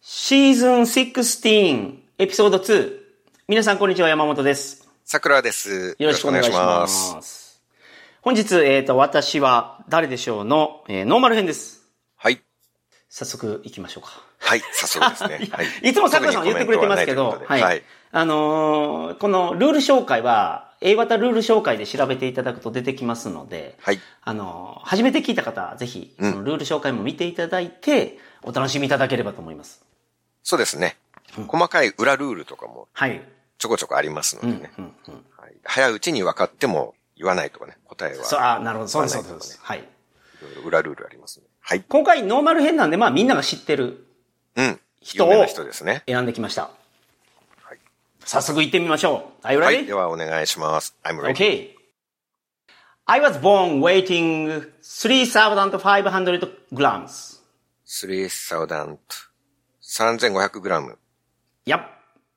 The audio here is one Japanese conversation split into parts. シーズン16エピソード2。皆さんこんにちは、山本です。桜です。よろしくお願いします。。本日、えっ、と、私は誰でしょうの、えーノーマル編です。はい。早速行きましょうか。はい。早速ですね。はい。 いつも桜さん言特っにてくれてますけコメンどト、は。はないいというこあのーこのルール紹介は、A 型ルール紹介で調べていただくと出てきますので、とではい。あのー初めて聞いた方、ぜひ、そうんのルール紹介も見ていただいて、お楽しみいただければと思います。そうですね。細かい裏ルールとかもはい。ちょこちょこありますのうでん、うね。ん、うん。はい早いうちに分かっても言わないとかね。答えそう、はあなるほど。そうです、そうです。はい。いろいろ裏ルールありますね。はい。今回ノーマル編なんで、まあみんなが知ってるうん。人を有名な人ですね。選んできました。はい早速行ってみましょう。Are you はい。 ready? ではお願いします。I'm ready. okay. I was born waiting 3,500 grams. 3000 3500グラム。 Yep.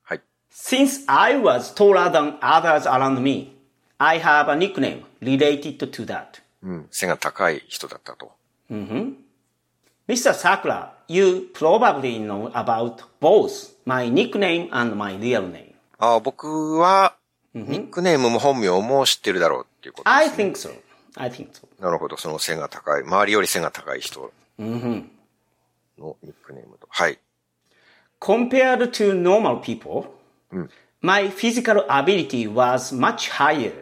はい。 Since I was taller than others around me, I have a nickname related to that. うん。背が高い人だったと。 Mr. Sakura, you probably know about both my nickname and my real name. ああ、僕は、ニックネームも本名も知ってるだろうっていうことです I ね。 think so. I think so. なるほど、その背が高い、周りより背が高い人のニックネームと。はい。 Compared to normal people, my physical ability was much higher.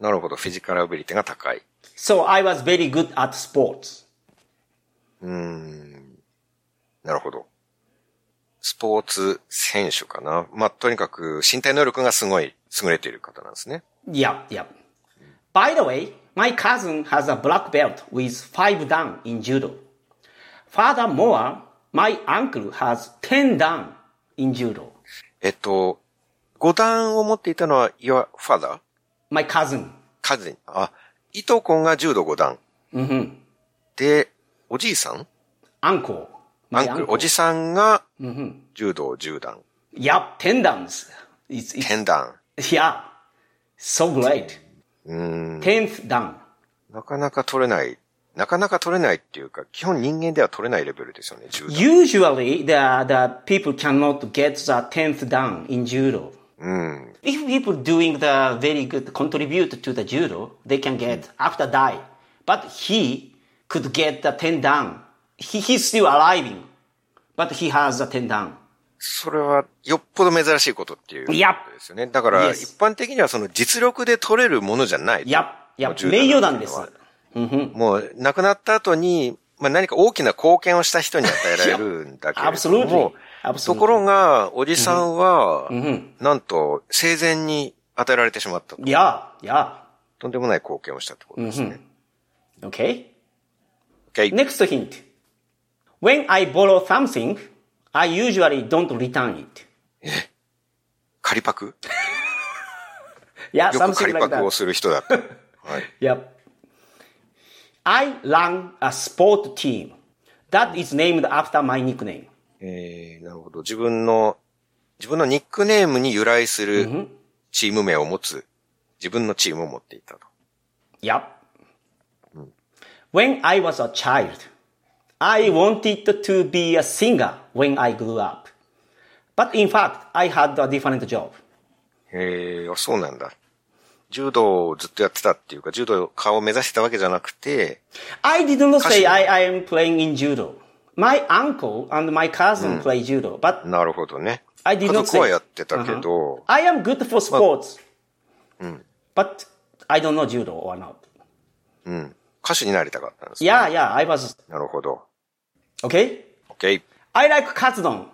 なるほど、フィジカルアビリティが高い。 So I was very good at sports. なるほど。スポーツ選手かな。まあ、とにかく身体能力がすごい優れている方なんですね。 Yep, yep. By the way, my cousin has a black belt with five down in judo. Furthermore, my uncle has ten down in judo. えっと、五段を持っていたのは、いわ、ファダー My cousin. カズン。あ、いとこが柔道五段。で、おじいさん Uncle. ア My ンク uncle. ル、おじさんが、柔道十段。 Yep, ten downs. It's, it's, 天段。 yeah. So great. Tenth down. なかなか取れない。なかなか取れないっていうか、基本人間では取れないレベルですよね、柔道。 Usually, the, the people cannot get the 10th down in judo. If people doing the very good contribute to the judo, they can get after die. But he could get the 10 down. He, he's still arriving, but he has the 10 down. それは、よっぽど珍しいことっていうこといやですよね。だから、 Yes 一般的にはその実力で取れるものじゃない。 Yep, yep. 柔道名誉なんです。もう、亡くなった後に、まあ、何か大きな貢献をした人に与えられるんだけれど Absolutely. も、 Absolutely. ところが、おじさんは、なんと、生前に与えられてしまったと。 Yeah, yeah. とんでもない貢献をしたってことですね。 Okay. OK Next hint. When I borrow something, I usually don't return it. 仮パク Yeah, よく something 仮パ like ク that. をする人 だった。はい。 Yep. I run a sport team that is named after my nickname. えー、なるほど。自分の、自分のニックネームに由来するチーム名を持つ、自分のチームを持っていたと。 Yep. When I was a child, I wanted to be a singer when I grew up. But in fact, I had a different job. へえ、あそうなんだ。柔道をずっとやってたっていうか、柔道家を目指してたわけじゃなくて、 I didn't say Kashin. I, I am playing in judo. My uncle and my cousin play judo, but なるほどね。 I 家 did not say. 族はやってたけど、 I am good for sports. But I don't know judo or not. 歌手になりたかったんですね Yeah, yeah, I was なるほど。 Okay? OK。 I like katsudon.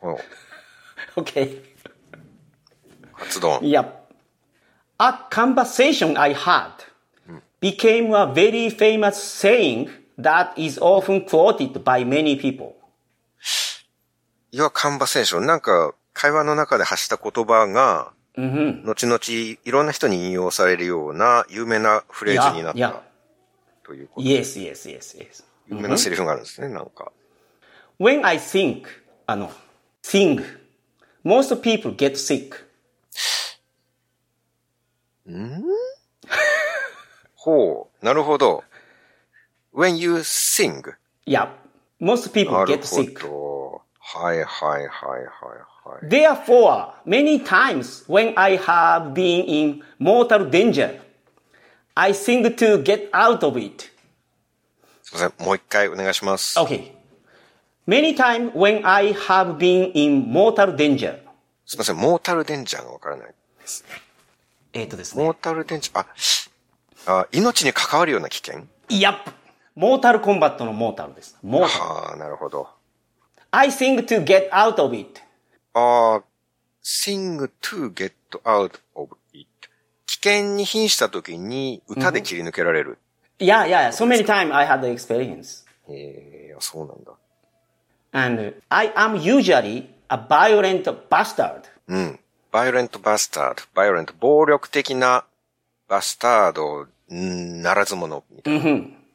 お Okay. カツ丼。 Yep. A conversation I had became a very famous saying that is often quoted by many people. いわ、カンバセーション。なんか、会話の中で発した言葉が、後々いろんな人に引用されるような有名なフレーズにな Yeah, っ yeah. たということ。 Yes, yes, yes, yes. 有名なセリフがあるんですね、なんか。 When I think, あの、think, most people get sick. ほう、なるほど。when you sing. Yep. Most people なる get sick. ほど。はいはいはいはいはい。 Therefore, many times when I have been in mortal danger, I think to get out of it. すみません、もう一回お願いします。 Okay. Many times when I have been in mortal danger. すみません、モータルデンジャーがわからない。えっとですね。モータルデンジャー、あ、あ命に関わるような危険やっモータルコンバットのモータルです。モータル。はあ、なるほど。 I think to get out of it. ああ、sing to get out of it. 危険に瀕した時に歌で切り抜けられる。 Yeah, yeah, yeah. So many times I had the experience. ええあそうなんだ。 And I am usually a violent bastard. うん。バイオレントバスタード。バイオレント、暴力的なバスタード、んならず者、みたいな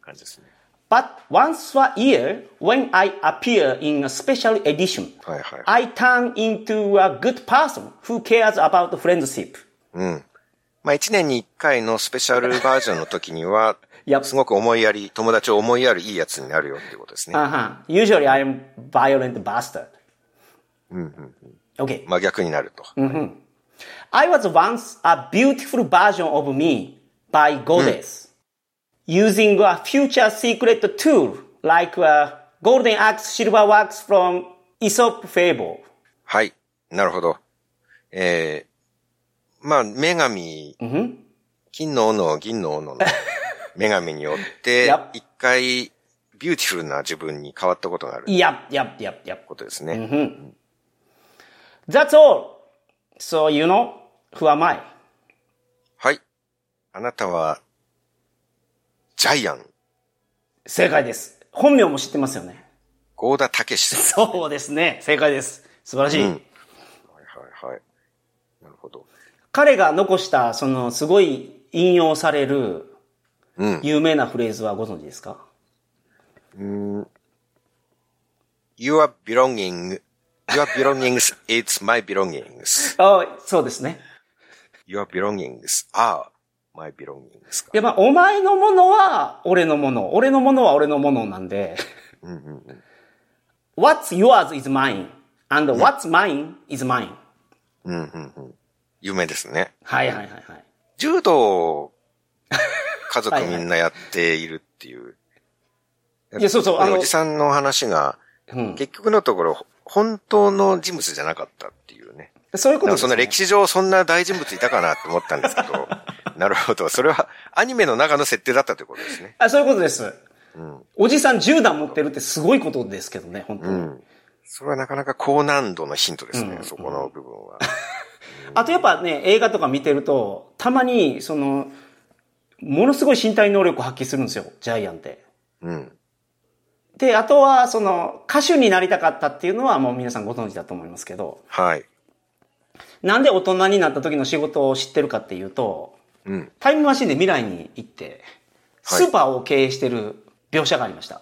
感じですね。 But once a year, when I appear in a special edition, はいはい。 I turn into a good person who cares about the friendship. まあ、一年に一回のスペシャルバージョンの時には Yep.、すごく思いやり、友達を思いやるいいやつになるよってことですね。 Uh-huh. Usually I am violent bastard. Okay. 真逆になると。 I was once a beautiful version of me by goddess using a future secret tool like a golden axe, silver wax from Aesop fable. はい。なるほど。えー、まあ、女神、金の斧、銀の斧の 女神によってやっ、一回、ビューティフルな自分に変わったことがあるって Yep, yep, yep, yep. ことですね。 That's all. So you know who am I? はい。あなたは、ジャイアン、正解です。本名も知ってますよね。ゴーダタケシさん。そうですね。正解です。素晴らしい。うんはいはいはい。なるほど。彼が残した、その、すごい引用される、有名なフレーズはご存知ですか、 Your belonging, your belongings is my belongings. あそうですね。 Your belongings are my belongings. いや、まあ、お前のものは俺のもの。俺のものは俺のものなん で。what's yours is mine. And what's mine is mine. 有名ですね。はいはいはいはい。柔道、家族みんなやっているって いう。いや、そうそう、あのおじ、さんの話が、うん結局のところ、本当の人物じゃなかったっていうね。そういうことでもですそのね。歴史上そんな大人物いたかなって思ったんです けど、なるほど。それはアニメの中の設定だったということですね。あ、そういうことです。おじさん10段持ってるってすごいことですけどね、本当に。それはなかなか高難度のヒントですね、そこの部分は。あとやっぱね、映画とか見てると、たまに、その、ものすごい身体能力を発揮するんですよ、ジャイアンって。うん。で、あとは、その、歌手になりたかったっていうのはもう皆さんご存知だと思いますけど、はい。なんで大人になった時の仕事を知ってるかっていうと、うん。タイムマシンで未来に行って、はいスーパーを経営してる描写がありました。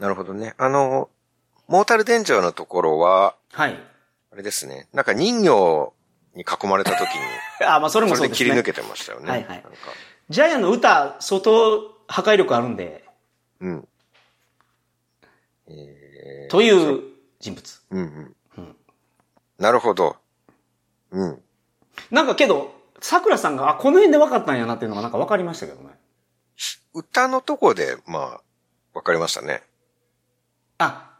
なるほどね。あの、モータルデンジャーのところは、はい。あれですね。なんか人形に囲まれた時に、あ、 まあそれもそうそでれです切ね。り抜けてましたよね。はいはいなんかジャイアンの歌、相当破壊力あるんで、うん。という人物。うんうん。なるほど。うん。なんかけど、桜さんが、あ、この辺で分かったんやなっていうのがなんか分かりましたけどね。歌のとこで、まあ、わかりましたね。あ、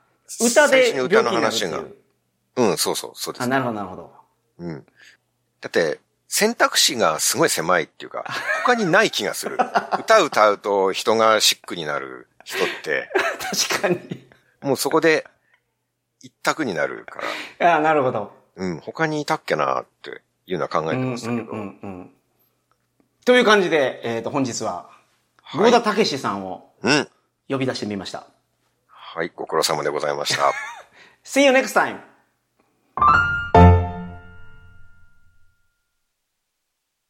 歌で最初に病気歌のになるってい話がう。うん、そうそう、そうであ、す。なるほど、なるほど。うん。だって、選択肢がすごい狭いっていうか、他にない気が する。歌歌うと人がシックになる人って、確かに。もうそこで一択になるから、あ、なるほど。うん、他にいたっけなっていうのは考えてうん、ましたうけん、ど。うん、うん。という感じで、えっ、と、本日は、郷田武史さんをうん。呼び出してみました。はい、ご苦労様でございました。 See you next time!